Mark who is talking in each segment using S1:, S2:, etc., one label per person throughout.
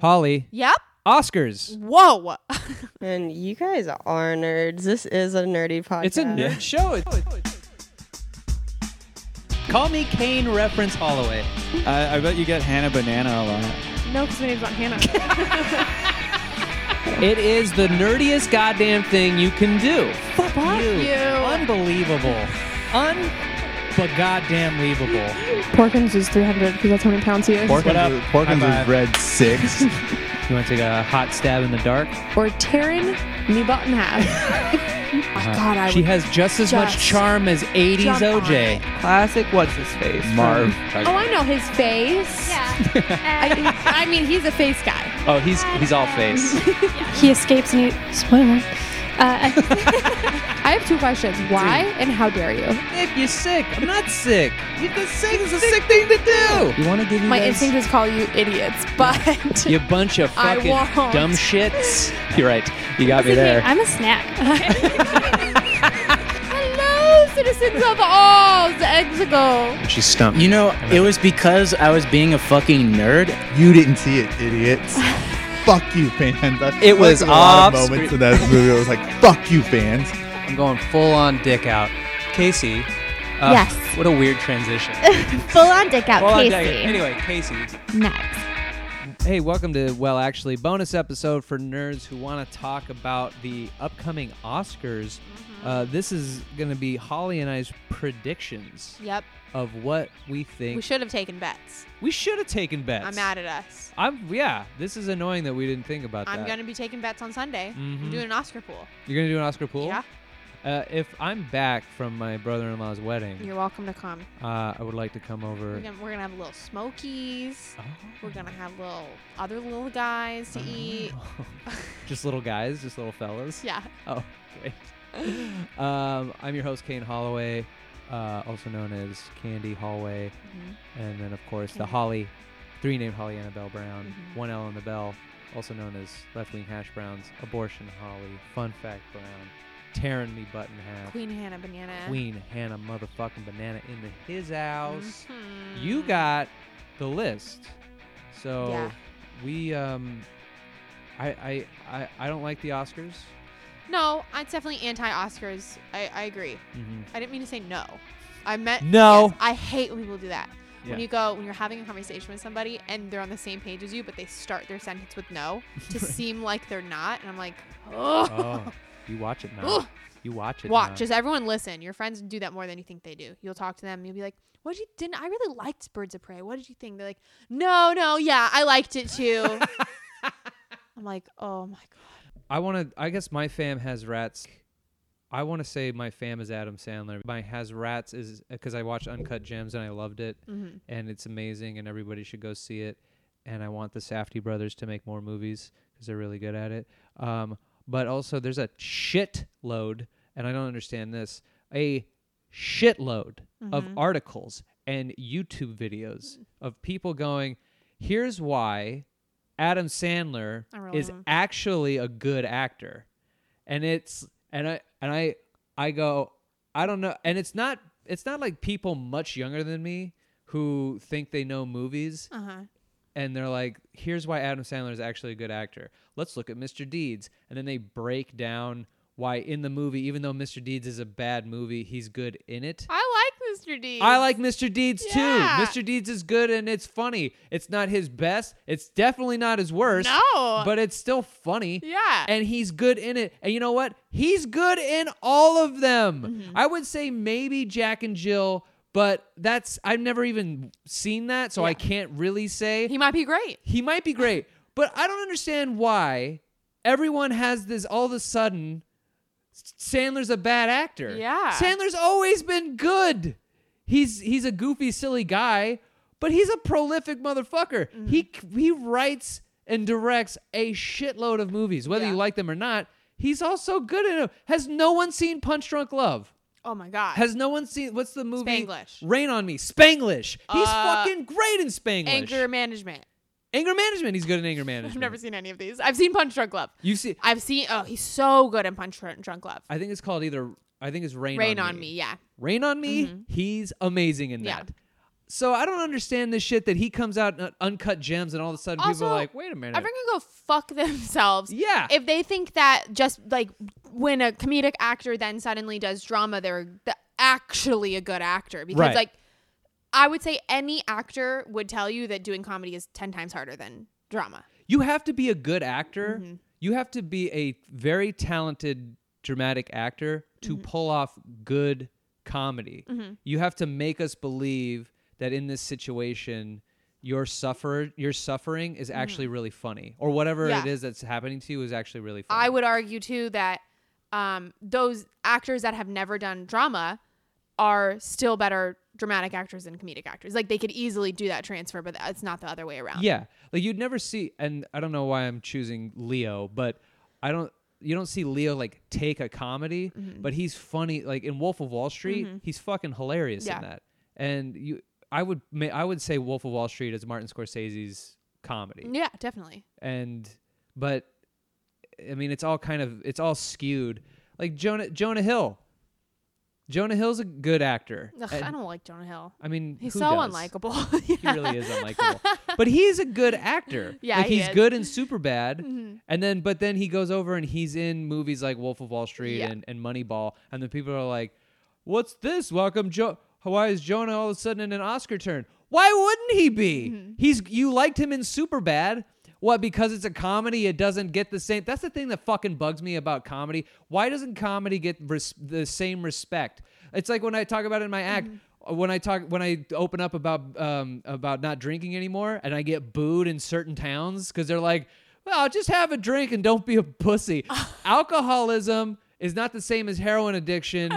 S1: Holly,
S2: Yep.
S1: Oscars.
S2: Whoa.
S3: And you guys are nerds. This is a nerdy podcast.
S1: It's a nerd show. Call me Kane reference Holloway.
S4: I, I bet you get Hannah Banana a lot.
S2: no, because my name's not Hannah.
S1: It is the nerdiest goddamn thing you can do. Fuck, you.
S2: you.
S1: Unbelievable. Un but goddamn leavable.
S5: Porkins is 300 because that's how many pounds he is.
S1: What up?
S4: Porkins, Porkins
S1: High five.
S4: is red six.
S1: You want to take a hot stab in the dark?
S5: or Taryn Newbot in half.
S2: God, I
S1: She has just as much
S2: just
S1: charm as 80s
S2: jump on
S1: OJ.
S2: it.
S3: Classic what's his face?
S4: Marv.
S5: Oh, I know his face. I, I mean, he's a face guy.
S1: Oh, he's he's all face.
S5: He escapes and he. Spoiler. Uh, I have two questions. Why and how dare you?
S1: Nick, you're sick. I'm not sick. You're sick. It's a sick thing to do. You want to give you
S5: My
S1: guys-
S5: instinct is call you idiots, but.
S1: You bunch of
S5: I
S1: fucking
S5: won't.
S1: dumb shits. You're right. You got me there.
S5: I'm a snack. Hello, citizens of all the Exego.
S1: She's stumped.
S6: You know, it was because I was being a fucking nerd.
S4: You didn't see it, idiots. fuck you, fans. I feel like
S6: was
S4: a lot of
S6: off
S4: moments in that movie. I was like, fuck you, fans.
S1: I'm going full on dick out. Casey. Uh,
S7: Yes.
S1: What a weird transition.
S7: Full on dick out,
S1: Full on dick-
S7: Casey.
S1: Anyway, Casey.
S7: Next.
S1: Hey, welcome to Well Actually bonus episode for nerds who want to talk about the upcoming Oscars. Uh, this is going to be Holly and I's predictions
S2: Yep.
S1: of what we think.
S2: We should have taken bets.
S1: we should have taken bets.
S2: I'm mad at us.
S1: I'm yeah. This is annoying that we didn't think about
S2: I'm
S1: that.
S2: going to be taking bets on Sunday.
S1: Mhm.
S5: Mm-hmm.
S2: I'm doing an Oscar pool.
S1: You're gonna do an Oscar pool.
S2: Yeah.
S1: Uh, if I'm back from my brother-in-law's wedding,
S2: You're welcome to come.
S1: uh, I would like to come over.
S2: We're gonna, we're gonna have little smokies.
S1: Oh.
S2: We're gonna have little other little guys to
S1: Mm-hmm.
S2: eat.
S1: just little guys, just little fellas.
S2: Yeah.
S1: Oh, great. um, I'm your host, Kane Holloway, uh, also known as Candy Hallway,
S2: Mm-hmm.
S1: and then of course the Holly, three named Holly Annabelle Brown,
S2: Mm-hmm.
S1: one L on the Bell, also known as Left Wing Hash Browns, Abortion Holly, Fun Fact Brown, Tearing Me Button Half,
S2: Queen Hannah banana.
S1: Queen Hannah motherfucking banana into his house.
S2: Mhm.
S1: You got the list. So
S2: Yeah.
S1: we um I, I I I don't like the Oscars.
S2: No, it's definitely anti-Oscars. I, I agree.
S1: Mm-hmm.
S2: I didn't mean to say no. I meant
S1: No.
S2: yes, I hate when people do that.
S1: Yeah.
S2: When you go when you're having a conversation with somebody and they're on the same page as you, but they start their sentence with no to seem like they're not, and I'm like,
S1: Oh,
S2: oh,
S1: you watch it now.
S2: Ugh.
S1: you watch it.
S2: watch.
S1: now.
S2: Just everyone listen. Your friends do that more than you think they do. You'll talk to them. and You'll be like, what did you didn't? I really liked Birds of Prey. What did you think? They're like, no, no, yeah, I liked it too. I'm like, oh my god.
S1: I want to. I guess my fam has rats. I want to say my fam is Adam Sandler. My has rats is because I watched Uncut Gems and I loved it,
S2: Mhm.
S1: and it's amazing, and everybody should go see it. And I want the Safdie brothers to make more movies because they're really good at it. Um, but also, there's a shit load, and I don't understand this. A shitload of
S2: Mm-hmm.
S1: articles and YouTube videos of people going, "Here's why Adam Sandler
S2: I really
S1: is
S2: don't-
S1: actually a good actor." And it's and I and I I go, "I don't know." And it's not it's not like people much younger than me who think they know movies
S2: Uh huh.
S1: and they're like, here's why Adam Sandler is actually a good actor. Let's look at Mr. Deeds. And then they break down why in the movie, even though Mr. Deeds is a bad movie, he's good in it.
S2: I like Mr. D.
S1: I like Mr. Deeds
S2: Yeah.
S1: too. Mr. Deeds is good and it's funny. It's not his best. It's definitely not his worst.
S2: No.
S1: But it's still funny.
S2: Yeah.
S1: And he's good in it. And you know what? He's good in all of them.
S2: Mm-hmm.
S1: I would say maybe Jack and Jill, but that's I've never even seen that, so I can't really say
S2: He might be great.
S1: he might be great, but I don't understand why everyone has this all of a sudden. Sandler's a bad actor.
S2: Yeah.
S1: Sandler's always been good. He's he's a goofy, silly guy, but he's a prolific motherfucker.
S2: Mm-hmm.
S1: He he writes and directs a shitload of movies, whether you like them or not. He's also good in them. Has no one seen Punch Drunk Love?
S2: Oh my god.
S1: Has no one seen what's the movie?
S2: Spanglish.
S1: Rain on Me. Spanglish. He's
S2: Uh,
S1: fucking great in Spanglish.
S2: anger management.
S1: Anger management. He's good in anger management.
S2: I've never seen any of these. I've seen Punch Drunk Love.
S1: You see,
S2: I've seen. Oh, he's so good in Punch Drunk Drunk Love.
S1: I think it's called either. I think it's rain.
S2: Rain
S1: on,
S2: on me. Yeah.
S1: Rain on me. He's amazing in
S2: Yeah.
S1: that. So I don't understand this shit that he comes out in uncut gems and all of a sudden people
S2: Also,
S1: are like, wait a minute.
S2: Everyone can go fuck themselves.
S1: yeah.
S2: If they think that just like when a comedic actor then suddenly does drama, they're th- actually a good actor because
S1: Right.
S2: like I would say any actor would tell you that doing comedy is ten times harder than drama.
S1: you have to be a good actor.
S2: Mhm.
S1: You have to be a very talented dramatic actor
S2: Mm-hmm.
S1: to pull off good comedy.
S2: Mhm.
S1: You have to make us believe that in this situation your suffer your suffering is actually really funny or whatever
S2: Mm-hmm.
S1: it
S2: Yeah.
S1: is that's happening to you is actually really funny.
S2: I would argue too that um, those actors that have never done drama are still better dramatic actors than comedic actors. Like they could easily do that transfer, but it's not the other way around.
S1: Yeah. Like you'd never see and I don't know why I'm choosing Leo, but I don't you don't see Leo like take a comedy,
S2: Mm-hmm.
S1: but he's funny like in Wolf of Wall Street, he's fucking hilarious
S2: Yeah.
S1: in that. And you I would ma- I would say Wolf of Wall Street is Martin Scorsese's comedy.
S2: Yeah, definitely.
S1: And but I mean it's all kind of it's all skewed. Like Jonah Jonah Hill. Jonah Hill's a good actor.
S2: Ugh,
S1: And-
S2: I don't like Jonah Hill.
S1: I mean,
S2: He's
S1: who
S2: so
S1: does?
S2: unlikable.
S1: He really is unlikable. but he's a good actor.
S2: Yeah,
S1: Like,
S2: he
S1: he's
S2: is.
S1: good in Superbad.
S2: Mhm.
S1: And then but then he goes over and he's in movies like Wolf of Wall Street
S2: Yeah.
S1: and, and Moneyball. And the people are like, What's this? Welcome Joe why is Jonah all of a sudden in an Oscar turn? Why wouldn't he be? He's you liked him in Superbad. What, because it's a comedy, it doesn't get the same. That's the thing that fucking bugs me about comedy. Why doesn't comedy get res- the same respect? It's like when I talk about it in my act, when I talk when I open up about um, about not drinking anymore, and I get booed in certain towns because they're like, "Well, just have a drink and don't be a pussy." Alcoholism is not the same as heroin addiction.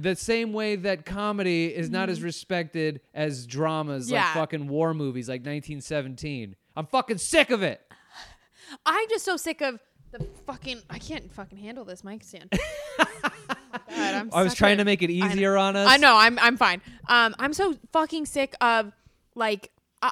S1: The same way that comedy is not as respected as dramas like
S2: Mm-hmm. Yeah.
S1: fucking war movies like 1917. I'm fucking sick of it.
S2: I'm just so sick of the fucking. I can't fucking handle this mic stand. Oh my God, I'm
S1: I was
S2: such
S1: trying
S2: a-
S1: to make it
S2: I know.
S1: easier on us.
S2: I know. I'm I'm fine. Um, I'm so fucking sick of like uh,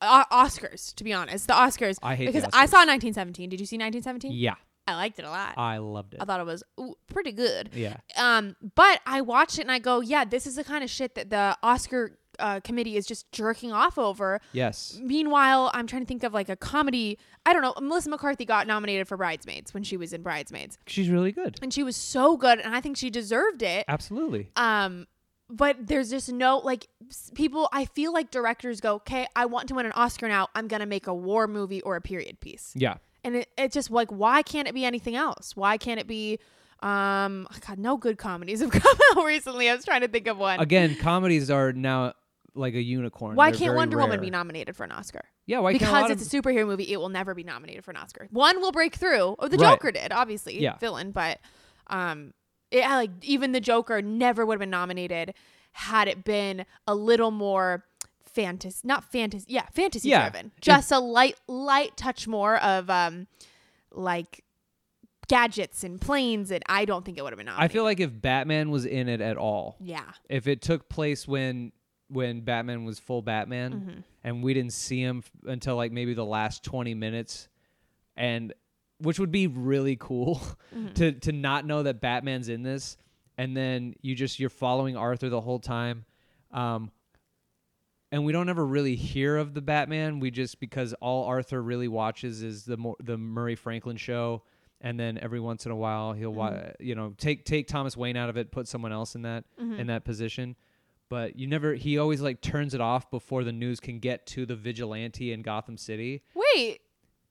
S2: uh, Oscars. To be honest, the Oscars.
S1: I hate the
S2: because
S1: Oscars.
S2: I saw 1917. Did you see 1917?
S1: Yeah,
S2: I liked it a lot.
S1: I loved it.
S2: I thought it was ooh, pretty good.
S1: Yeah.
S2: Um, but I watched it and I go, yeah, this is the kind of shit that the Oscar uh, committee is just jerking off over.
S1: Yes.
S2: Mm-hmm. Meanwhile, I'm trying to think of like a comedy. I don't know. Melissa McCarthy got nominated for Bridesmaids when she was in Bridesmaids,
S1: She's really good.
S2: and she was so good, and I think she deserved it.
S1: Absolutely.
S2: Um, but there's just no like s- people. I feel like directors go, "Okay, I want to win an Oscar now. I'm gonna make a war movie or a period piece."
S1: Yeah.
S2: and it, it's just like why can't it be anything else why can't it be um oh god no good comedies have come out recently i was trying to think of one
S1: Again, comedies are now like a unicorn.
S2: why
S1: They're
S2: can't
S1: very
S2: wonder woman
S1: rare.
S2: be nominated for an oscar
S1: Yeah, why can't a
S2: because
S1: lot
S2: it's
S1: of-
S2: a superhero movie it will never be nominated for an oscar one will break through oh the
S1: Right.
S2: joker did obviously
S1: Yeah.
S2: villain but um it, I, like even the joker never would have been nominated had it been a little more fantasy not fantasy yeah fantasy
S1: Yeah.
S2: driven just a light light touch more of um like gadgets and planes and i don't think it would have been
S1: I
S2: nominated
S1: feel like if Batman was in it at all,
S2: yeah
S1: if it took place when when Batman was full Batman and we didn't see him f- until like maybe the last 20 minutes and which would be really cool to to not know that Batman's in this and then you just you're following Arthur the whole time um and we don't ever really hear of the Batman. We just because all Arthur really watches is the Mo- the Murray Franklin show, and then every once in a while he'll wa- you know take take Thomas Wayne out of it, put someone else in that in that position. But you never he always like turns it off before the news can get to the vigilante in Gotham City.
S2: wait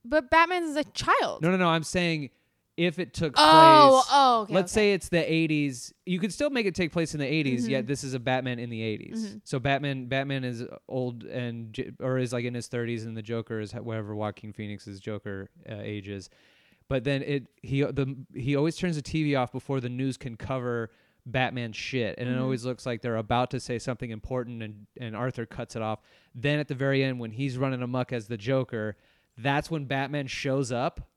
S2: but batman's a child
S1: No, no, no. I'm saying if it took
S2: oh
S1: place.
S2: oh okay,
S1: Let's
S2: okay. Mm-hmm.
S1: say it's the 80s. You could still make it take place in the 80s. Yet this is a Batman in the 80s. So Batman, Batman is old and j- or is like in his 30s, and the Joker is ho- whatever Joaquin Phoenix's Joker uh, age is. But then it he the he always turns the TV off before the news can cover Batman's shit, and
S2: Mm-hmm.
S1: it always looks like they're about to say something important, and and Arthur cuts it off. Then at the very end, when he's running amok as the Joker, that's when Batman shows up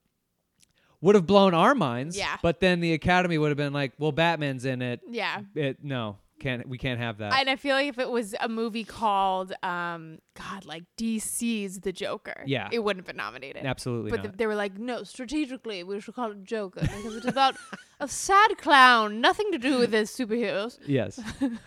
S1: would have blown our minds.
S2: Yeah.
S1: But then the Academy would have been like, well, Batman's in it.
S2: yeah
S1: It no, Can't we can't have that?
S2: And I feel like if it was a movie called, um, God, like DC's The Joker,
S1: Yeah.
S2: it wouldn't have been nominated.
S1: Absolutely
S2: But
S1: not.
S2: they were like, no, strategically, we should call it Joker because it's about a sad clown, nothing to do with his superheroes.
S1: yes,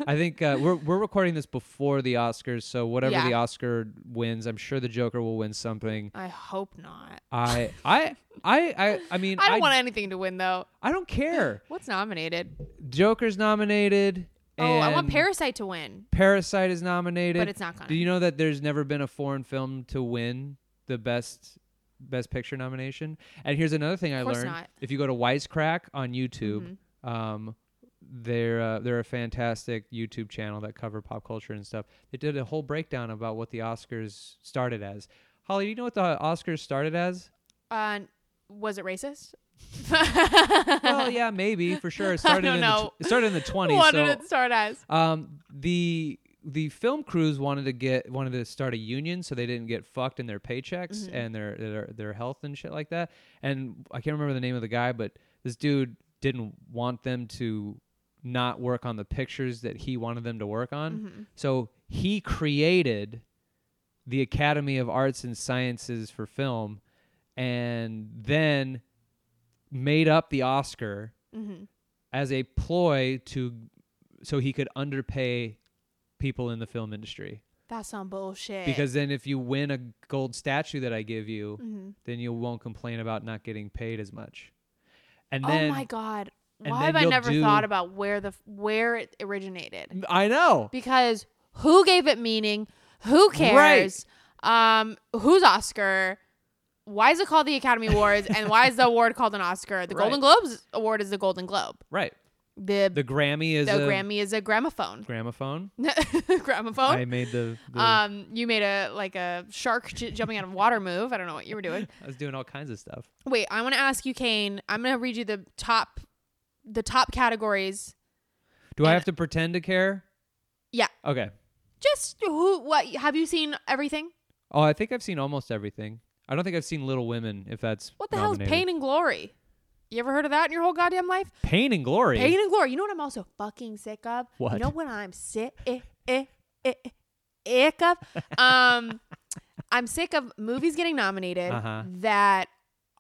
S1: I think uh, we're we're recording this before the Oscars, so whatever
S2: Yeah.
S1: the Oscar wins, I'm sure the Joker will win something.
S2: I hope not.
S1: I I I I, I mean
S2: I don't want anything to win though.
S1: I don't care.
S2: What's nominated?
S1: Joker's nominated.
S2: Oh, I want
S1: and
S2: Parasite to win.
S1: Parasite is nominated,
S2: But it's not gonna.
S1: Do you know that there's never been a foreign film to win the best best picture nomination? And here's another thing I
S2: course
S1: learned:
S2: not. Mm-hmm.
S1: if you go to Wisecrack on YouTube, um, they're uh, they're a fantastic YouTube channel that cover pop culture and stuff. They did a whole breakdown about what the Oscars started as. Holly, do you know what the Oscars started as?
S2: Uh, was it racist?
S1: well, yeah, maybe for sure. It started
S2: don't
S1: in
S2: know.
S1: The, tw- it started in the 20s.
S2: what
S1: so
S2: did it start as?
S1: Um, the the film crews wanted to get wanted to start a union so they didn't get fucked in their paychecks and their, their their health and shit like that. And I can't remember the name of the guy, but this dude didn't want them to not work on the pictures that he wanted them to work on.
S2: Mm-hmm.
S1: So he created the Academy of Arts and Sciences for Film and then made up the Oscar
S2: Mm-hmm.
S1: as a ploy to so he could underpay people in the film industry
S2: That's some bullshit.
S1: because then if you win a gold statue that I give you
S2: Mm-hmm.
S1: then you won't complain about not getting paid as much and then
S2: oh my god,
S1: and
S2: why
S1: then
S2: have I
S1: you'll
S2: never
S1: do-
S2: thought about where the where it originated?
S1: I know
S2: Because who gave it meaning? Who cares? Um, who's Oscar? Why is it called the Academy Awards? and why is the award called an Oscar? The Golden Globes award is the Golden Globe.
S1: right
S2: The
S1: the
S2: the,
S1: Grammy is a
S2: Grammy is a gramophone.
S1: gramophone I
S2: gramophone.
S1: made the, the
S2: Um, you made a like a shark j- jumping out of water move. I don't know what you were doing.
S1: I was doing all kinds of stuff
S2: Wait, I want to ask you, Kane. I'm gonna read you the top, the top categories.
S1: do I have to pretend to care
S2: Yeah.
S1: okay
S2: Just who? What? Have you seen everything?
S1: oh I think I've seen almost everything I don't think I've seen Little Women if that's
S2: What the hell
S1: nominated.
S2: is Pain and Glory? You ever heard of that in your whole goddamn life?
S1: Pain and Glory
S2: Pain and Glory. You know what I'm also fucking sick of?
S1: What?
S2: You know what I'm sick eh, eh, eh, eh, ick of? um, I'm sick of movies getting nominated
S1: Uh-huh.
S2: that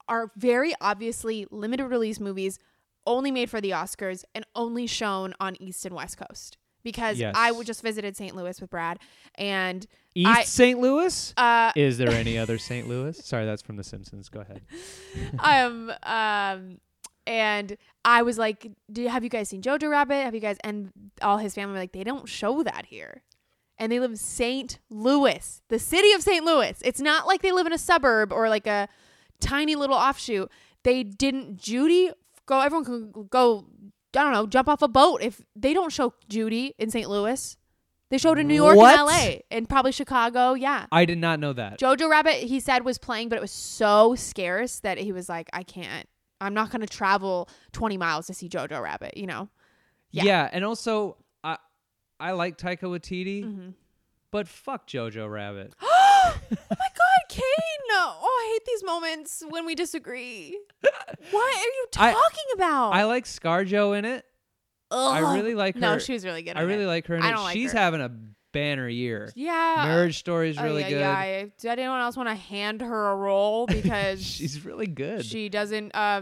S2: are very obviously limited release movies, only made for the Oscars and only shown on East and West Coast. Because
S1: Yes.
S2: I w- just visited St. Louis with Brad, and
S1: East
S2: I-
S1: St. Louis
S2: uh,
S1: Is there any other St. Louis? Sorry, that's from The Simpsons. Go ahead.
S2: um um and I was like, Do have you guys seen Jojo Rabbit? Have you guys and all his family were like, they don't show that here. And they live in St. Louis, the city of St. Louis. It's not like they live in a suburb or like a tiny little offshoot. They didn't Judy go everyone can go I don't know, jump off a boat if they don't show Judy in St. Louis. They showed in New York
S1: What?
S2: and LA and probably Chicago, yeah.
S1: I did not know that.
S2: Jojo Rabbit, he said, was playing, but it was so scarce that he was like, I can't. I'm not going to travel 20 miles to see Jojo Rabbit, you know?
S1: yeah.
S2: yeah.
S1: and also I I like Taika Waititi,
S2: Mm-hmm.
S1: but fuck Jojo Rabbit.
S2: oh my God, Kane. Oh, I hate these moments when we disagree. What are you
S1: I-
S2: talking about?
S1: I like ScarJo in it. I
S2: Ugh.
S1: really like her.
S2: No, she was really good.
S1: I
S2: in
S1: really
S2: it.
S1: like her in
S2: I
S1: it.
S2: don't like
S1: She's
S2: her.
S1: having a banner year.
S2: Yeah.
S1: Marriage Story is
S2: Oh,
S1: really
S2: yeah,
S1: good.
S2: Yeah. I- Did anyone else want to hand her a role because
S1: She's really good.
S2: she doesn't uh,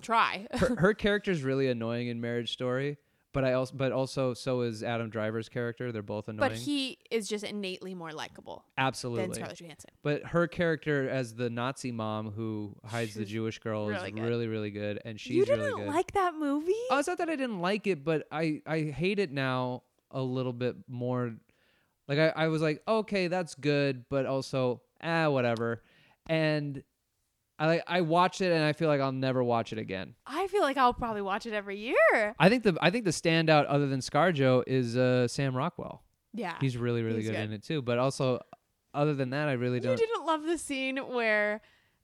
S2: try?
S1: her, her character's really annoying in Marriage Story, but I also but also so is Adam Driver's character. They're both annoying.
S2: but he is just innately more likable
S1: absolutely
S2: than Scarlett Johansson.
S1: But her character as the Nazi mom who hides the
S2: She's
S1: Jewish girl
S2: really
S1: is
S2: good.
S1: really, really good, and she's
S2: you didn't
S1: really good.
S2: like that movie?
S1: oh, it's not that I didn't like it, but I I hate it now a little bit more. Like I, I was like, okay, that's good, but also ah, whatever. And I like I watched it, and I feel like I'll never watch it again.
S2: I feel like I'll probably watch it every year.
S1: I think the I think the standout other than ScarJo is uh, Sam Rockwell.
S2: Yeah.
S1: He's really really
S2: Ah, he's
S1: good,
S2: good.
S1: in it too. But also, other than that, I really
S2: you
S1: don't.
S2: didn't love the scene where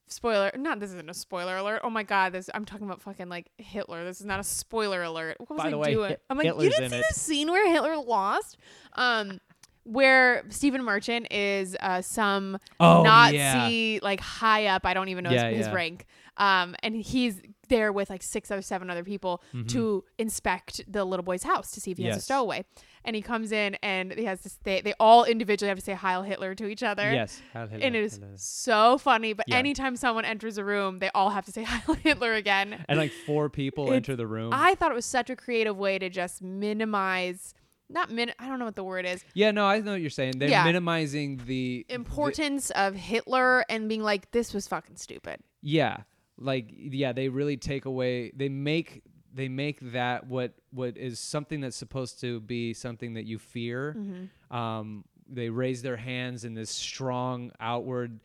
S2: spoiler not this isn't a spoiler alert. Oh my god, this I'm talking about fucking like Hitler. This is not a spoiler alert. What was
S1: By
S2: I
S1: the way,
S2: doing?
S1: Hit-
S2: I'm like,
S1: Hitler's
S2: you didn't
S1: in
S2: see
S1: it.
S2: the scene where Hitler lost? Um where Stephen Merchant is uh, some
S1: Oh,
S2: Nazi
S1: yeah.
S2: like high up, I don't even know
S1: Yeah,
S2: his, his
S1: yeah.
S2: rank. Um, and he's there with like six or seven other people to inspect the little boy's house to see if he has
S1: Mm-hmm.
S2: a
S1: Yes.
S2: stowaway. And he comes in and he has this. They, they all individually have to say Heil Hitler to each other.
S1: Yes.
S2: And it is so funny. But
S1: Yeah.
S2: anytime someone enters a room, they all have to say Heil Hitler again.
S1: And um, like four people
S2: It's-
S1: enter the room.
S2: I thought it was such a creative way to just minimize, not min. I don't know what the word is.
S1: yeah, no, I know what you're saying. They're
S2: Yeah.
S1: minimizing the the-
S2: Importance of Hitler and being like, this was fucking stupid.
S1: yeah, like yeah, they really take away. They make they make that what what is something that's supposed to be something that you fear.
S2: Mm-hmm.
S1: Um, they raise their hands in this strong outward,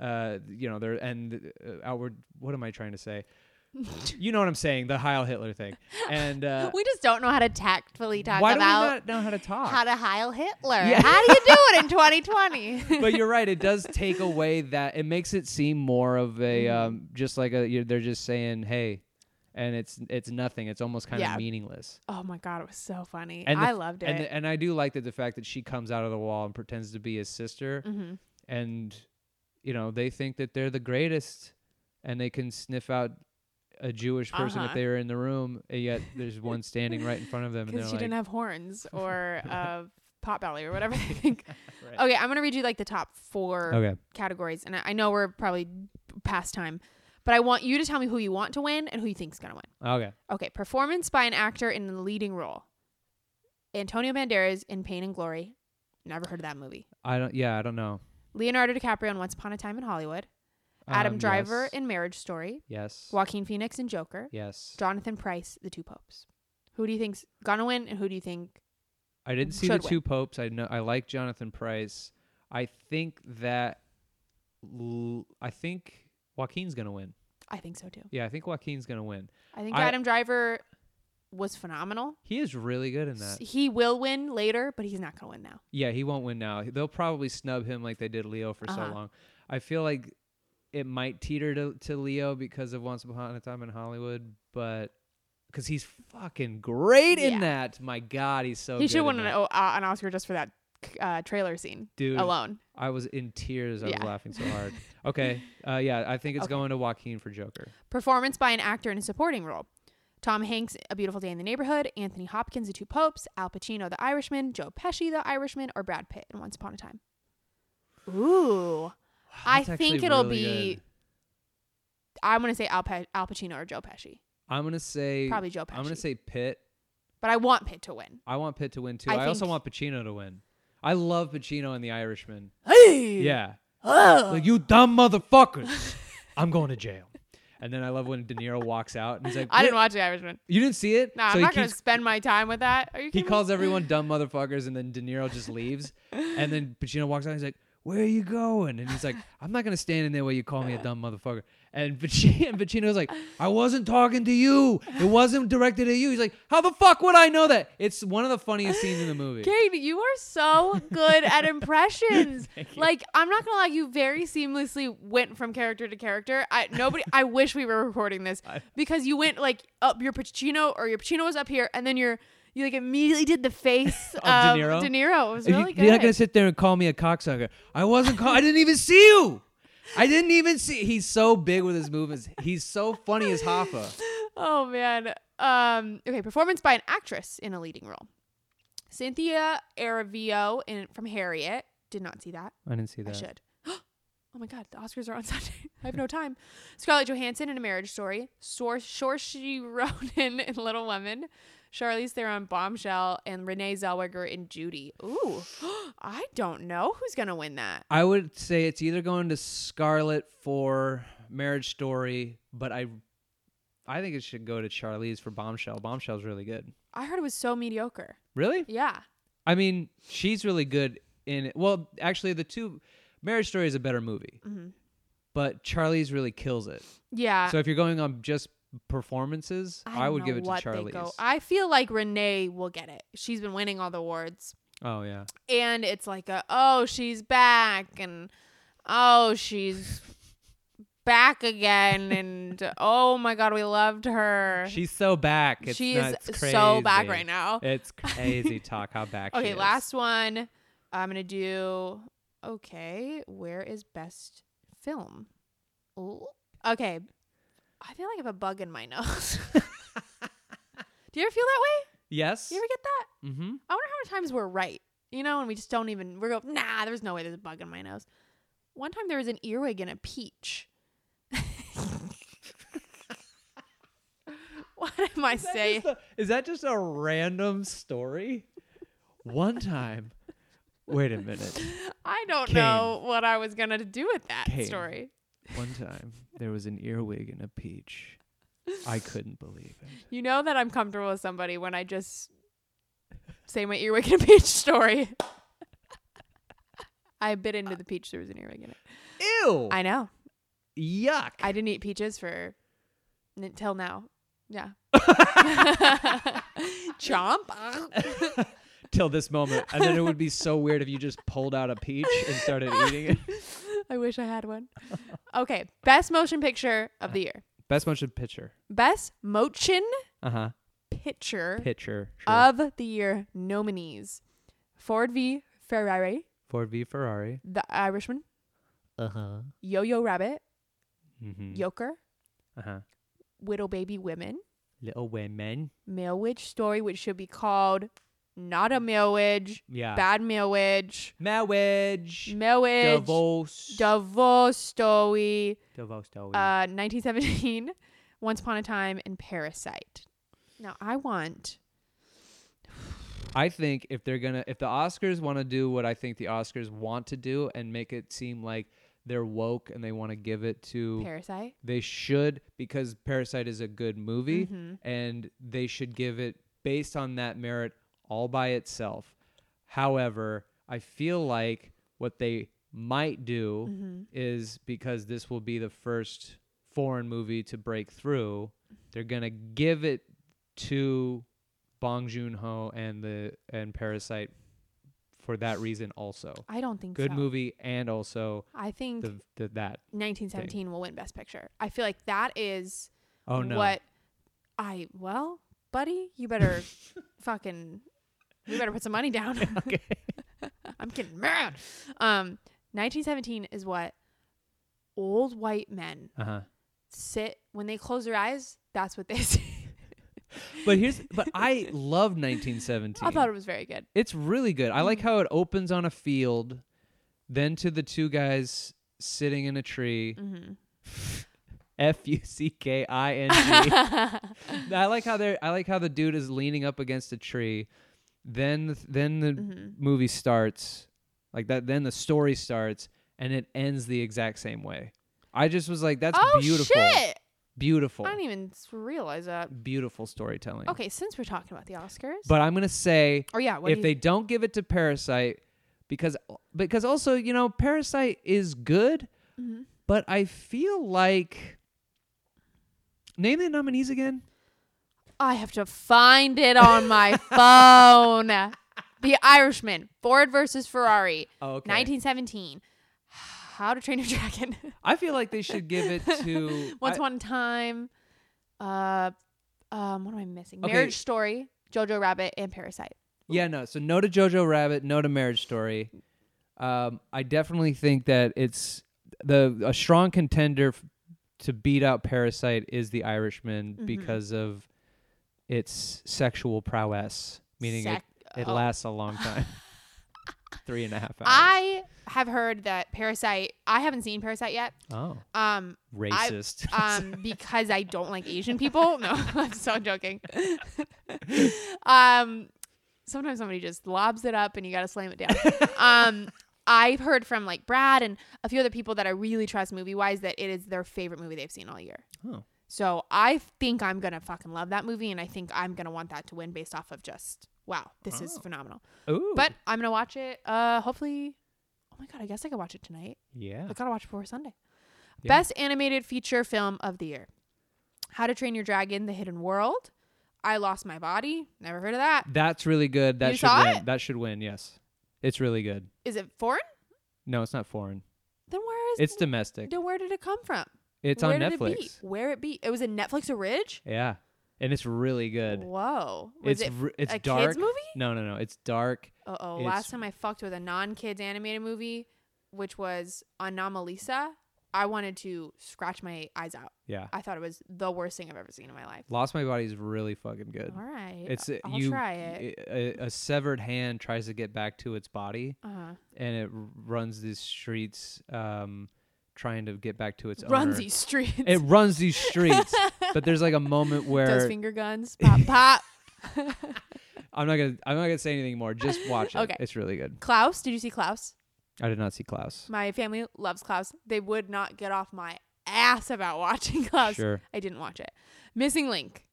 S1: uh, you know, their and uh, outward. What am I trying to say? you know what I'm saying? The Heil Hitler thing. And uh,
S2: we just don't know how to tactfully talk
S1: why do we
S2: about
S1: not know how to talk?
S2: how to Heil Hitler.
S1: Yeah.
S2: How do you do it in 2020?
S1: but you're right. It does take away that. It makes it seem more of a
S2: Mm-hmm.
S1: um, just like a. you they're just saying hey, and it's it's nothing. It's almost kind of
S2: Yeah.
S1: meaningless.
S2: oh my god, it was so funny.
S1: And
S2: I
S1: the-
S2: loved it.
S1: And the- and I do like that the fact that she comes out of the wall and pretends to be his sister,
S2: Mhm.
S1: and you know they think that they're the greatest, and they can sniff out a Jewish person if
S2: Uh-huh.
S1: they were in the room. And yet there's one standing right in front of them, and they're
S2: because she
S1: like,
S2: didn't have horns or uh, pot belly or whatever they think.
S1: Right.
S2: Okay, I'm gonna read you like the top four
S1: okay,
S2: categories, and I, I know we're probably past time, but I want you to tell me who you want to win and who you think's gonna win.
S1: okay,
S2: Okay, performance by an actor in the leading role. Antonio Banderas in Pain and Glory. Never heard of that movie.
S1: I don't. Yeah, I don't know.
S2: Leonardo DiCaprio in Once Upon a Time in Hollywood. Adam
S1: Um,
S2: Driver
S1: yes.
S2: in Marriage Story.
S1: yes,
S2: Joaquin Phoenix in Joker.
S1: yes.
S2: Jonathan Price, The Two Popes. Who do you think's gonna win and who do you think?
S1: I didn't see the
S2: should win.
S1: two popes. I know I like Jonathan Price. I think that l- I think Joaquin's gonna win.
S2: I think so too.
S1: Yeah, I think Joaquin's gonna win.
S2: I think
S1: I-
S2: Adam Driver was phenomenal.
S1: He is really good in
S2: S-
S1: that.
S2: He will win later, but he's not gonna win now.
S1: Yeah, he won't win now. They'll probably snub him like they did Leo for
S2: Uh-huh.
S1: so long. I feel like it might teeter to, to Leo because of Once Upon a Time in Hollywood, but because he's fucking great
S2: Yeah.
S1: in that. My God, he's so.
S2: he
S1: good
S2: should
S1: in
S2: win an,
S1: that.
S2: o- uh, an Oscar just for that uh, trailer scene
S1: Dude,
S2: alone.
S1: I was in tears. I
S2: Yeah.
S1: was laughing so hard. Okay, uh, yeah, I think it's
S2: Okay.
S1: going to Joaquin for Joker.
S2: Performance by an actor in a supporting role. Tom Hanks, A Beautiful Day in the Neighborhood, Anthony Hopkins, The Two Popes, Al Pacino, The Irishman, Joe Pesci, The Irishman, or Brad Pitt in Once Upon a Time. Ooh. I
S1: That's
S2: think
S1: actually
S2: it'll
S1: really
S2: be.
S1: good.
S2: I'm going to say Al, pa- Al Pacino or Joe Pesci.
S1: I'm gonna say.
S2: Probably Joe Pesci.
S1: I'm gonna say Pitt.
S2: But I want Pitt to win.
S1: I want Pitt to win too.
S2: I
S1: I, also
S2: think-
S1: want Pacino to win. I love Pacino and The Irishman.
S2: Hey!
S1: Yeah. Like, you dumb motherfuckers. I'm going to jail. And then I love when De Niro walks out and he's like,
S2: I didn't
S1: "What?"
S2: watch The Irishman.
S1: You didn't see it?
S2: No,
S1: so
S2: I'm
S1: he
S2: not going to
S1: keeps-
S2: spend my time with that. Are you
S1: He
S2: kidding me?
S1: calls everyone dumb motherfuckers, and then De Niro just leaves. and then Pacino walks out. And he's like, "Where are you going?" And he's like, "I'm not gonna stand in there where you call me a dumb motherfucker." And Pacino, and Pacino's like, "I wasn't talking to you. It wasn't directed at you." He's like, "How the fuck would I know that?" It's one of the funniest scenes in the movie.
S2: Kate, you are so good at impressions. like, I'm not gonna lie, you very seamlessly went from character to character. I nobody I wish we were recording this because you went like up your Pacino or your Pacino was up here and then your you like immediately did the face of,
S1: Of De Niro?
S2: De Niro. It was
S1: If
S2: really
S1: you, are not
S2: good.
S1: gonna sit there and call me a cocksucker. I wasn't. Call- I didn't even see you. I didn't even see. He's so big with his movements. He's so funny as Hoffa.
S2: oh man. Um, okay, performance by an actress in a leading role. Cynthia Erivo in from Harriet. Did not see that.
S1: I didn't see
S2: I
S1: that.
S2: should. oh my god, the Oscars are on Sunday. I have no time. Scarlett Johansson in A Marriage Story, Sor- Saoirse Ronan in Little Women, Charlize Theron Bombshell, and Renee Zellweger in Judy. Ooh, I don't know who's gonna win that.
S1: I would say it's either going to Scarlet for Marriage Story, but I, I think it should go to Charlize for Bombshell. Bombshell's really good.
S2: I heard it was so mediocre.
S1: Really?
S2: Yeah,
S1: I mean, she's really good in. Well, actually, the two Marriage Story is a better movie, but Charlize really kills it.
S2: Mm-hmm. yeah.
S1: so if you're going on just performances, I,
S2: don't
S1: would
S2: know
S1: give it to
S2: what they
S1: Charlize.
S2: go- I feel like Renee will get it. She's been winning all the awards.
S1: oh yeah,
S2: and it's like a oh she's back and oh she's back again and oh my god we loved her
S1: she's so back. It's
S2: she
S1: not-
S2: is
S1: it's
S2: so back
S1: crazy.
S2: right now
S1: It's crazy talk how back. she
S2: okay
S1: is.
S2: last one i'm gonna do okay where is best film Ooh. okay I feel like I have a bug in my nose. Do you ever feel that way?
S1: Yes.
S2: You ever get that?
S1: Mm-hmm.
S2: I wonder how many times we're right, you know, and we just don't even, we're going, nah, there's no way there's a bug in my nose. One time there was an earwig in a peach. what am I saying?
S1: is that just a random story? One time. Wait a minute.
S2: I don't
S1: Kane.
S2: know what I was going to do with that
S1: Kane.
S2: story.
S1: One time, there was an earwig and a peach. I couldn't believe it.
S2: You know that I'm comfortable with somebody when I just say my earwig in a peach story. I bit into the peach. There was an earwig in it.
S1: Ew.
S2: I know.
S1: Yuck.
S2: I didn't eat peaches for until now. Yeah. Chomp.
S1: Till this moment. And then it would be so weird if you just pulled out a peach and started eating it.
S2: I wish I had one. Okay. Best motion picture of the year.
S1: Best motion picture.
S2: Best motion
S1: Uh huh.
S2: picture
S1: Picture. Sure. Uh,
S2: of the year nominees Ford v. Ferrari,
S1: Ford v Ferrari.
S2: The Irishman,
S1: Uh huh.
S2: Yo Yo Rabbit,
S1: Mm-hmm.
S2: Yoker,
S1: Uh huh.
S2: Widow Baby Women,
S1: Little women.
S2: Male Witch Story, which should be called Not a Male Witch,
S1: Yeah.
S2: Bad Male Witch,
S1: Marriage.
S2: Male Witch,
S1: Divorce.
S2: Divorce Story,
S1: Divorce. Divorce.
S2: uh, 1917, Once Upon a Time, and Parasite. Now, I want.
S1: I think if they're gonna, if the Oscars want to do what I think the Oscars want to do and make it seem like they're woke and they want to give it to,
S2: Parasite?
S1: they should because Parasite is a good movie
S2: Mhm.
S1: and they should give it based on that merit all by itself. However, I feel like what they might do
S2: Mm-hmm.
S1: is because this will be the first foreign movie to break through, they're gonna give it to Bong Joon Ho and the and Parasite for that reason also.
S2: I don't think
S1: Good
S2: so.
S1: movie and also
S2: I think
S1: the, the that.
S2: 1917 will win Best Picture. I feel like that is
S1: Oh no.
S2: what I, well, buddy, you better fucking, you better put some money down.
S1: Okay.
S2: I'm getting mad. Um, 1917 is what old white men
S1: Uh-huh.
S2: sit when they close their eyes. That's what they see.
S1: But here's but I love 1917.
S2: I thought it was very good.
S1: it's really good. I like how it opens on a field, then to the two guys sitting in a tree.
S2: Mm.
S1: F U C K I N G. I like how they are I like how the dude is leaning up against a tree. Then the, then the
S2: Mm-hmm.
S1: movie starts like that then the story starts and it ends the exact same way. I just was like that's
S2: oh
S1: beautiful.
S2: shit!
S1: Beautiful.
S2: I didn't even s- realize that.
S1: Beautiful storytelling.
S2: Okay, since we're talking about the Oscars,
S1: But I'm going to say
S2: oh yeah, what
S1: if
S2: do you-
S1: they don't give it to Parasite, because because also you know Parasite is good,
S2: Mm-hmm.
S1: but I feel like name the nominees again.
S2: I have to find it on my phone. The Irishman, Ford versus Ferrari,
S1: Oh, okay.
S2: 1917, How to Train Your Dragon,
S1: I feel like they should give it to
S2: Once
S1: I-
S2: Upon a Time, uh, um, what am I missing?
S1: Okay.
S2: Marriage Story, Jojo Rabbit, and Parasite.
S1: Yeah, no. So no to Jojo Rabbit, no to Marriage Story. Um, I definitely think that it's the a strong contender f- to beat out Parasite is The Irishman
S2: Mm-hmm.
S1: because of its sexual prowess, meaning
S2: Sec-
S1: it, it
S2: oh.
S1: lasts a long time, three and a half hours.
S2: I have heard that Parasite. I haven't seen Parasite yet.
S1: oh,
S2: Um,
S1: racist.
S2: um, because I don't like Asian people. No, I'm so joking. um, sometimes somebody just lobs it up and you got to slam it down. Um, I've heard from like Brad and a few other people that I really trust movie wise that it is their favorite movie they've seen all year.
S1: Oh.
S2: So I think I'm gonna fucking love that movie, and I think I'm gonna want that to win based off of just wow, this is
S1: Oh.
S2: phenomenal.
S1: Ooh,
S2: But I'm gonna watch it. Uh, hopefully. Oh my god, I guess I could watch it tonight.
S1: yeah,
S2: I gotta watch it before Sunday.
S1: Yeah.
S2: Best animated feature film of the year: How to Train Your Dragon: The Hidden World. I Lost My Body. Never heard of that.
S1: that's really good. That
S2: You
S1: should
S2: saw
S1: win.
S2: it?
S1: That should win. Yes, it's really good.
S2: Is it foreign?
S1: No, it's not foreign.
S2: Then where is?
S1: It's domestic.
S2: Then where did it come from?
S1: It's
S2: where
S1: on
S2: did
S1: Netflix.
S2: It be? Where it be? It was a Netflix orig.
S1: Yeah, and it's really good.
S2: Whoa. Was
S1: it's
S2: it?
S1: re- it's
S2: a
S1: dark.
S2: kids movie?
S1: No, no, no. It's dark.
S2: Uh oh.
S1: it's-
S2: Last time I fucked with a non-kids animated movie, which was Anomalisa. I wanted to scratch my eyes out.
S1: Yeah.
S2: I thought it was the worst thing I've ever seen in my life.
S1: Lost My Body is really fucking good.
S2: All right.
S1: It's uh,
S2: I'll
S1: you
S2: try it.
S1: A, a severed hand tries to get back to its body
S2: Uh-huh.
S1: and it r- runs these streets um trying to get back to its
S2: Runs
S1: owner.
S2: these streets.
S1: It runs these streets. but there's like a moment
S2: Does
S1: where
S2: finger guns pop pop.
S1: I'm not going to I'm not going to say anything more. Just watch it.
S2: Okay.
S1: It's really good.
S2: Klaus, did you see Klaus?
S1: I did not see Klaus.
S2: My family loves Klaus. They would not get off my ass about watching Klaus.
S1: Sure.
S2: I didn't watch it. Missing Link.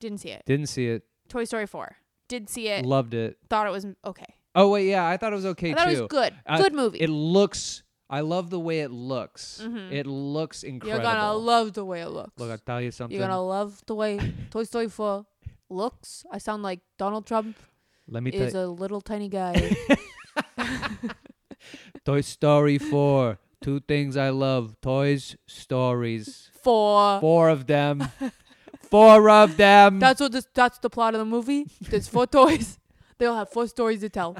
S2: Didn't see it.
S1: Didn't see it.
S2: Toy Story 4. Did see it.
S1: Loved it.
S2: thought it was m- okay.
S1: Oh wait, yeah, I thought it was okay
S2: Eh. I thought
S1: too.
S2: it was good.
S1: Uh,
S2: good movie.
S1: It looks. I love the way it looks.
S2: Mhm.
S1: It looks incredible.
S2: You're gonna love the way it looks.
S1: Look, I tell you something.
S2: You're gonna love the way Toy Story 4 looks. I sound like Donald Trump
S1: Let me tell
S2: is
S1: you.
S2: a little tiny guy.
S1: Toy Story Four. Two things I love: toys, stories.
S2: Four.
S1: Four of them. Four of them.
S2: That's what this, that's the plot of the movie. There's four toys. They all have four stories to tell.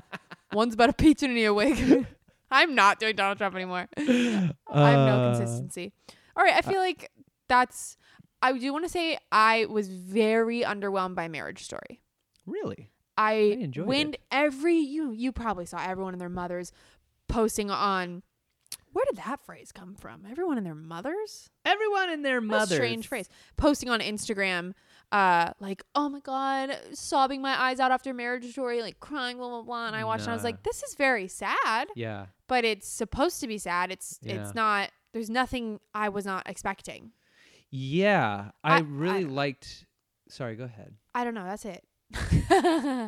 S2: One's about a pizza and a wig. I'm not doing Donald Trump anymore. I have no
S1: Uh,
S2: consistency. All right, I feel like that's. I do want to say I was very underwhelmed by Marriage Story.
S1: Really?
S2: I,
S1: enjoyed
S2: wind every you you probably saw everyone and their mothers posting on. Where did that phrase come from? Everyone and their mothers.
S1: Everyone and their
S2: What a
S1: mother.
S2: strange phrase. Posting on Instagram, uh, like, oh my god, sobbing my eyes out after Marriage Story, like crying, blah blah blah. And I watched, and I was
S1: Nah.
S2: like, this is very sad,
S1: Yeah.
S2: but it's supposed to be sad. It's
S1: Yeah.
S2: it's not. There's nothing I was not expecting.
S1: Yeah. I,
S2: I-
S1: really
S2: I-
S1: liked. Sorry. Go ahead.
S2: I don't know. That's it.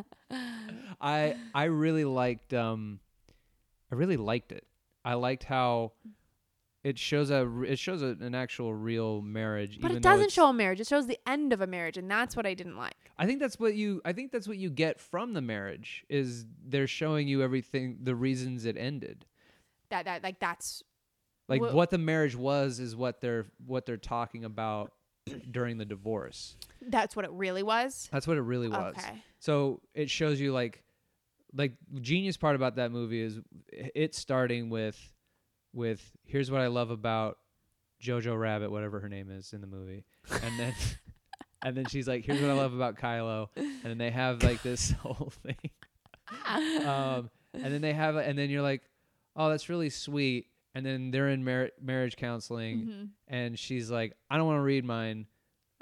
S1: I I really liked um I really liked it. I liked how it shows a r- it shows a, an actual real marriage
S2: but
S1: even
S2: it
S1: though
S2: doesn't
S1: it's-
S2: show a marriage. It shows the end of a marriage, and that's what I didn't like.
S1: I think that's what you I think that's what you get from the marriage is they're showing you everything the reasons it ended.
S2: That that like that's
S1: Like
S2: Well-
S1: what the marriage was is what they're what they're talking about during the divorce.
S2: that's what it really was.
S1: That's what it really was.
S2: Okay.
S1: So it shows you like like genius part about that movie is it starting with with here's what I love about Jojo Rabbit, whatever her name is in the movie. And then and then she's like, here's what I love about Kylo. And then they have like this whole thing. Um and then they have and then you're like, Oh, that's really sweet. And then they're in mar- marriage counseling
S2: Mhm.
S1: and she's like, I don't want to read mine.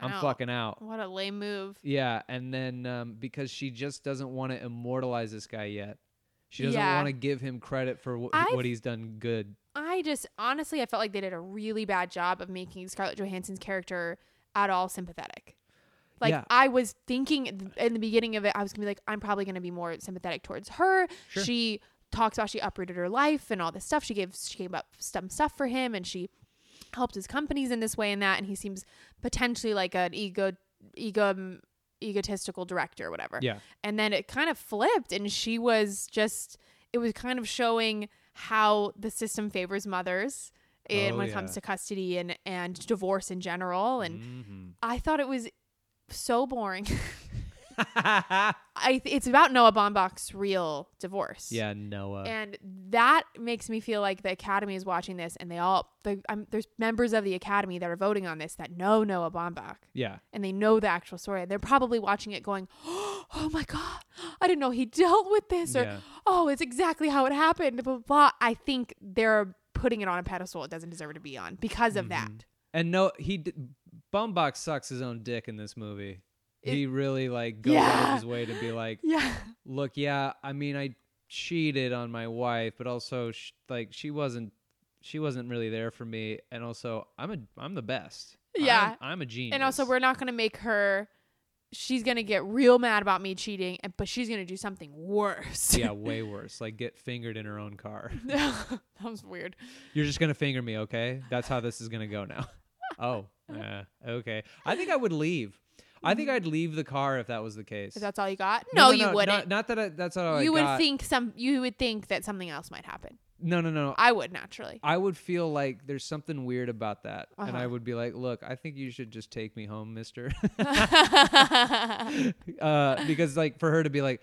S1: I'm
S2: Ow.
S1: fucking out.
S2: What a lame move.
S1: Yeah, and then um, because she just doesn't want to immortalize this guy yet, she doesn't
S2: Yeah.
S1: want to give him credit for wh-
S2: I've-
S1: what he's done good.
S2: I just honestly, I felt like they did a really bad job of making Scarlett Johansson's character at all sympathetic. Like
S1: Yeah.
S2: I was thinking at the- in the beginning of it, I was gonna be like, I'm probably gonna be more sympathetic towards her.
S1: Sure.
S2: She talks about she uprooted her life and all this stuff. She gave she gave up some stuff for him, and she helped his companies in this way and that. And he seems potentially like an ego ego um, egotistical director or whatever
S1: Yeah,
S2: and then it kind of flipped and she was just it was kind of showing how the system favors mothers and
S1: Oh,
S2: when it
S1: yeah. Mm-hmm.
S2: comes to custody and and divorce in general and i thought it was so boring i th- it's about noah baumbach's real divorce
S1: yeah, Noah.
S2: and that makes me feel like the academy is watching this and they all the, um, there's members of the academy that are voting on this that know noah baumbach
S1: yeah,
S2: and they know the actual story. They're probably watching it going, Oh my God, I didn't know he dealt with this, or
S1: Yeah.
S2: Oh, it's exactly how it happened, blah, blah, blah. I think they're putting it on a pedestal it doesn't deserve to be on because of that.
S1: and no, he d- Bumbox sucks his own dick in this movie.
S2: It-
S1: he really like goes out
S2: Yeah.
S1: of his way to be like,
S2: Yeah.
S1: look, yeah, I mean, I cheated on my wife, but also sh- like she wasn't. She wasn't really there for me, and also I'm a I'm the best. I'm-
S2: Yeah.
S1: I'm, a genius.
S2: And also, we're not going to make her, she's going to get real mad about me cheating, and- but she's going to do something worse.
S1: yeah, way worse. Like get fingered in her own car.
S2: that was weird.
S1: You're just gonna finger me, okay? That's how this is gonna go now. oh, uh, okay. I think I would leave. I think I'd leave the car if that was the case.
S2: If that's all you got? No, you
S1: Not,
S2: wouldn't.
S1: not that I, that's all
S2: you
S1: I
S2: would
S1: got.
S2: think some. You would think that something else might happen.
S1: No, no, no. I,
S2: I would naturally.
S1: would feel like there's something weird about that, and I
S2: Uh-huh.
S1: would be like, "Look, I think you should just take me home, Mister,"
S2: yeah,
S1: uh, because like for her to be like,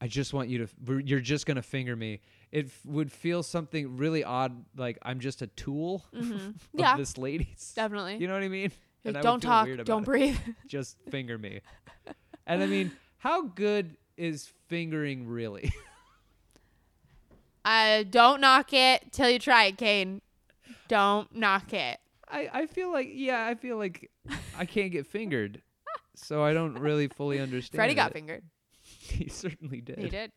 S1: I just want you to, f- you're just going to finger me. It f- would feel something really odd, like I'm just a tool
S2: Mhm.
S1: of
S2: Yeah.
S1: this lady's.
S2: Definitely.
S1: You know what I mean?
S2: Like,
S1: And I would
S2: don't
S1: feel
S2: talk.
S1: weird about
S2: Don't
S1: it.
S2: breathe.
S1: Just finger me. and I mean, how good is fingering really?
S2: I Uh, don't knock it till you try it, Kane. Don't knock it.
S1: I, I feel like, yeah, I feel like I can't get fingered. So I don't really fully understand.
S2: Freddie got
S1: it.
S2: fingered.
S1: He certainly did.
S2: He did.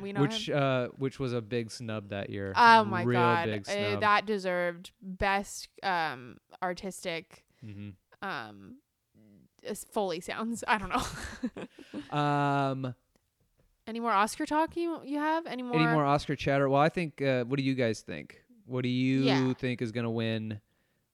S2: We know
S1: Which
S2: him.
S1: uh, which was a big snub that year.
S2: Oh my
S1: Real
S2: god,
S1: big
S2: Uh,
S1: snub.
S2: that deserved best um artistic
S1: Mhm.
S2: um s- Foley sounds. I don't know.
S1: Um,
S2: Any more Oscar talk you you have? Any more?
S1: any more Oscar chatter? Well, I think. Uh, what do you guys think? What do you
S2: Yeah.
S1: think is gonna win?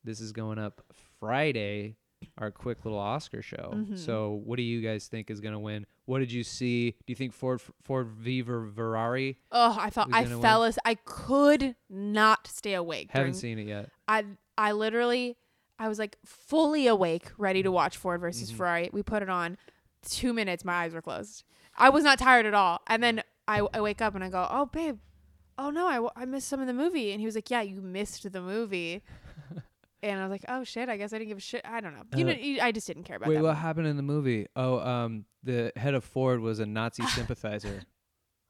S1: This is going up Friday, our quick little Oscar show.
S2: Mhm.
S1: So, what do you guys think is gonna win? What did you see? Do you think Ford Ford v Ver- Ferrari?
S2: Oh, I thought
S1: Who's
S2: I
S1: gonna win?
S2: fell as I could not stay awake.
S1: Haven't
S2: during-
S1: seen it yet.
S2: I I literally I was like fully awake, ready to watch Ford versus
S1: Mhm.
S2: Ferrari. We put it on. Two minutes, my eyes were closed. I was not tired at all. And then I, I wake up and I go, "Oh, babe, oh no, I, w- I missed some of the movie." And he was like, "Yeah, you missed the movie." and I was like, "Oh shit, I guess I didn't give a shit. I don't know. You
S1: Uh,
S2: know, you, I just didn't care about
S1: Wait,
S2: that."
S1: what
S2: movie.
S1: happened in the movie? Oh, um, the head of Ford was a Nazi sympathizer.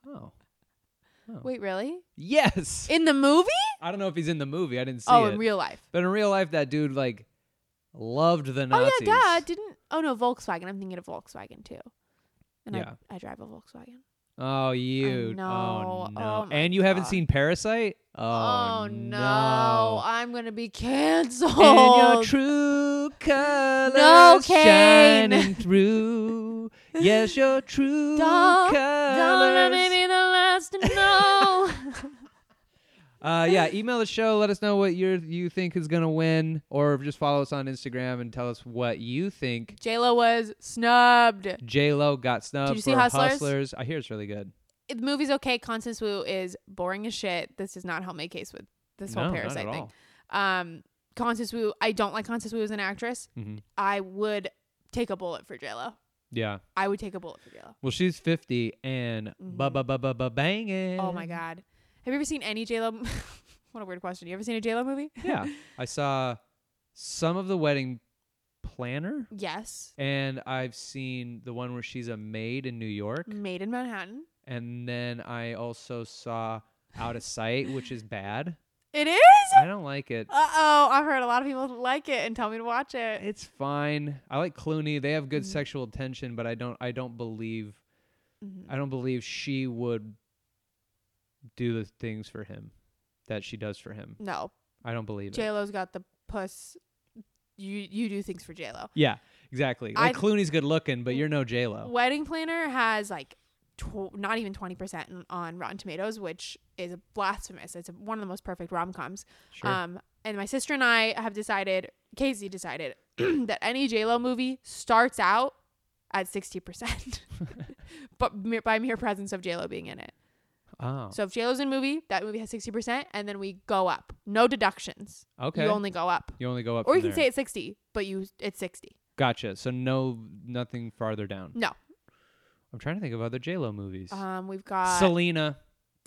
S1: Oh. Oh.
S2: Wait, really?
S1: Yes.
S2: In the movie?
S1: I don't know if he's in the movie. I didn't see
S2: oh,
S1: it.
S2: in real life.
S1: But in real life, that dude like loved the
S2: Oh
S1: Nazis.
S2: yeah, Dad didn't. Oh no, Volkswagen. I'm thinking of Volkswagen too. And
S1: Yeah.
S2: I, I drive a Volkswagen.
S1: Oh, you.
S2: know.
S1: Oh
S2: Oh,
S1: no.
S2: my
S1: and you haven't
S2: God.
S1: seen Parasite. Oh,
S2: I'm gonna be canceled.
S1: And
S2: Oh.
S1: your true colors
S2: Kane.
S1: shining through. Yes, your true
S2: Don't- Gonna be
S1: colors.
S2: the last to know.
S1: Uh, yeah, email the show. Let us know what you you think is gonna win, or just follow us on Instagram and tell us what you think
S2: J Lo was snubbed.
S1: J Lo got snubbed
S2: Did you see
S1: for
S2: Hustlers?
S1: I hear it's really good.
S2: The movie's okay. Constance Wu is boring as shit. This does not help my case with this
S1: No,
S2: whole
S1: not
S2: parasite
S1: at
S2: thing.
S1: all.
S2: Um, Constance Wu. I don't like Constance Wu as an actress.
S1: Mhm.
S2: I would take a bullet for J Lo.
S1: Yeah.
S2: I would take a bullet for J Lo.
S1: Well, she's 50 and ba ba ba ba ba banging.
S2: Mm-hmm. Oh my god. Have you ever seen any J Lo? what a weird question. You ever seen a J Lo movie?
S1: Yeah. I saw some of the wedding planner
S2: yes.
S1: and I've seen the one where she's a maid in New York
S2: Made in Manhattan.
S1: and then I also saw Out of Sight, which is bad.
S2: It is.
S1: I don't like it.
S2: Uh oh, I've heard a lot of people like it and tell me to watch it.
S1: It's fine. I like Clooney. They have good sexual tension, but I don't I don't believe
S2: Mm-hmm.
S1: I don't believe she would do the things for him that she does for him.
S2: No,
S1: I don't believe it.
S2: J Lo's got the puss. You you do things for J Lo.
S1: Yeah, exactly. Like
S2: I-
S1: Clooney's good looking, but you're no J Lo.
S2: Wedding Planner has like tw- not even twenty percent on Rotten Tomatoes, which is blasphemous. It's one of the most perfect rom coms.
S1: Sure.
S2: Um, and my sister and I have decided, Casey decided, that any J Lo movie starts out at sixty percent, but mere- by mere presence of J Lo being in it.
S1: oh,
S2: So if JLo's in a movie, that movie has 60%, and then we go up. No deductions.
S1: okay.
S2: You only go up.
S1: go up.
S2: Or you
S1: from
S2: can
S1: there.
S2: say it's 60, but you it's 60.
S1: gotcha. So no, nothing farther down.
S2: No.
S1: I'm trying to think of other J Lo movies.
S2: Um, we've got.
S1: Selena.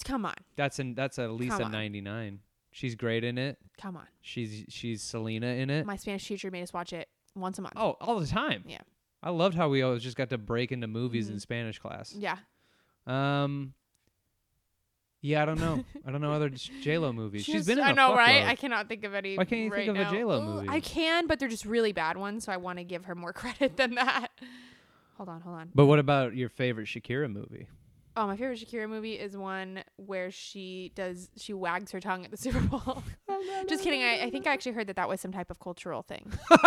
S2: come on.
S1: That's an that's at least
S2: come
S1: a
S2: on.
S1: 99. She's great in it.
S2: Come on.
S1: She's she's Selena in it.
S2: My Spanish teacher made us watch it once a month.
S1: Eh. oh, all the time.
S2: Yeah. Mm-hmm.
S1: I loved how we always just got to break into movies in Spanish class.
S2: Yeah.
S1: Um. Yeah, I don't know. I don't know other J Lo movies. She's
S2: Just-
S1: been in
S2: I
S1: a
S2: know, right?
S1: fuckload.
S2: I cannot think of any.
S1: Why can't you
S2: right
S1: think of a
S2: now.
S1: J.Lo
S2: Ooh,
S1: movie?
S2: I can, but they're just really bad ones, so I want to give her more credit than that. Hold on, hold on.
S1: But what about your favorite Shakira movie?
S2: Oh, my favorite Shakira movie is one where she does she wags her tongue at the Super Bowl. Just kidding. I, I think I actually heard that that was some type of cultural thing. no,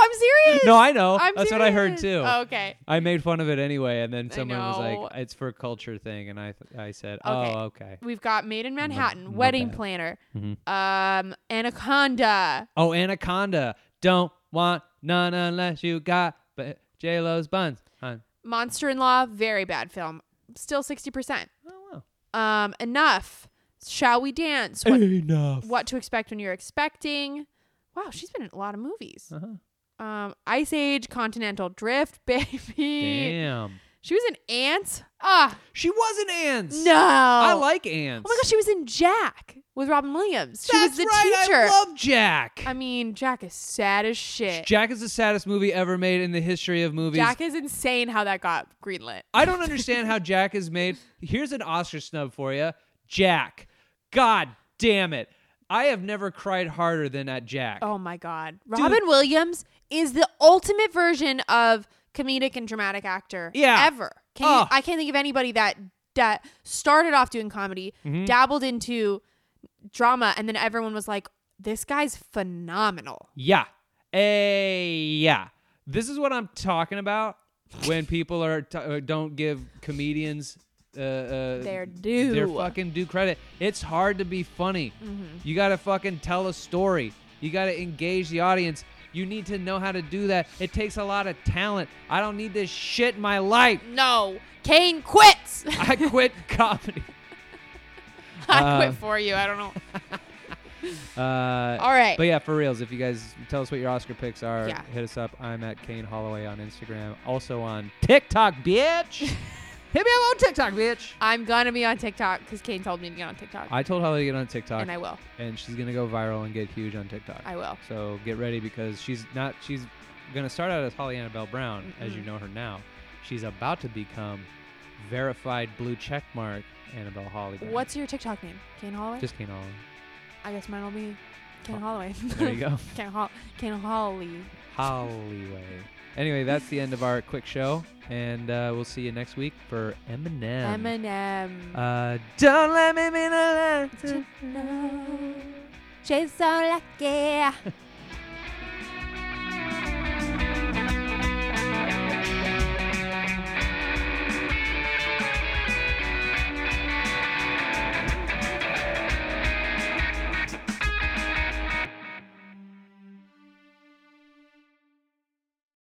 S2: I'm serious.
S1: No, I know.
S2: I'm
S1: That's what I heard too.
S2: serious. Oh, okay.
S1: I made fun of it anyway, and then someone was
S2: know.
S1: like, "It's for a culture thing," and I th- I said,
S2: Okay.
S1: "Oh, okay."
S2: We've got Made in Manhattan,
S1: my
S2: Wedding
S1: bad.
S2: Planner,
S1: Mhm.
S2: um, Anaconda.
S1: Oh, Anaconda, don't want none unless you got but J Lo's buns. Huh.
S2: Monster in Law, very bad film. Still 60%.
S1: Oh, wow.
S2: Um, enough. Shall we dance? What,
S4: Enough.
S2: what to expect when you're expecting. Wow, she's been in a lot of movies.
S1: Uh-huh.
S2: Um, Ice Age, Continental Drift, baby.
S1: Damn.
S2: She was in Ants. Ah,
S1: She was in Ants.
S2: no.
S1: I
S2: I
S1: like Ants.
S2: Oh my gosh, she was in Jack with Robin Williams. She
S1: That's
S2: was the
S1: right,
S2: teacher.
S1: I love Jack.
S2: I mean, Jack is sad as shit.
S1: Jack is the saddest movie ever made in the history of movies.
S2: Jack is insane how that got greenlit.
S1: I don't understand how Jack is made. Here's an Oscar snub for you Jack. God damn it. I have never cried harder than at Jack.
S2: Oh my god. Robin Williams is the ultimate version of comedic and dramatic actor
S1: Yeah.
S2: ever. Can
S1: Oh.
S2: you, I can't think of anybody that that started off doing comedy,
S1: Mm-hmm.
S2: dabbled into drama and then everyone was like this guy's phenomenal.
S1: Yeah. Hey, yeah. This is what I'm talking about when people are t- uh, don't give comedians uh, uh,
S2: Their due. Mm-hmm.
S1: their fucking due credit. It's hard to be funny. You gotta fucking tell a story. You gotta engage the audience. You need to know how to do that. It takes a lot of talent. I don't need this shit in my life.
S2: No. Kane quits.
S1: I quit comedy.
S2: I
S1: Uh,
S2: quit for you. I don't know.
S1: Uh,
S2: All right.
S1: But yeah, for reals, if you guys tell us what your Oscar picks are,
S2: Yeah.
S1: hit us up. I'm at Kane Holloway on Instagram. Also on TikTok, bitch. hit me up on TikTok, bitch.
S2: I'm gonna be on TikTok because Kane told me to get on TikTok.
S1: I told Holly to get on TikTok,
S2: and I will.
S1: and she's gonna go viral and get huge on TikTok.
S2: I will.
S1: So get ready because she's not. She's gonna start out as Holly Annabelle Brown, as you
S2: Mhm.
S1: know her now. She's about to become verified blue checkmark Annabelle Holly. Brown.
S2: What's your TikTok name? Kane Holloway?
S1: just Kane Holloway?
S2: I guess mine will be Kane
S1: Oh,
S2: Holloway.
S1: There you go,
S2: Kane, Hol- Kane Holloway.
S1: Holloway. Anyway, that's the end of our quick show, and uh, we'll see you next week for Eminem.
S2: Eminem.
S1: Uh, don't let me be the last.
S2: She's so lucky.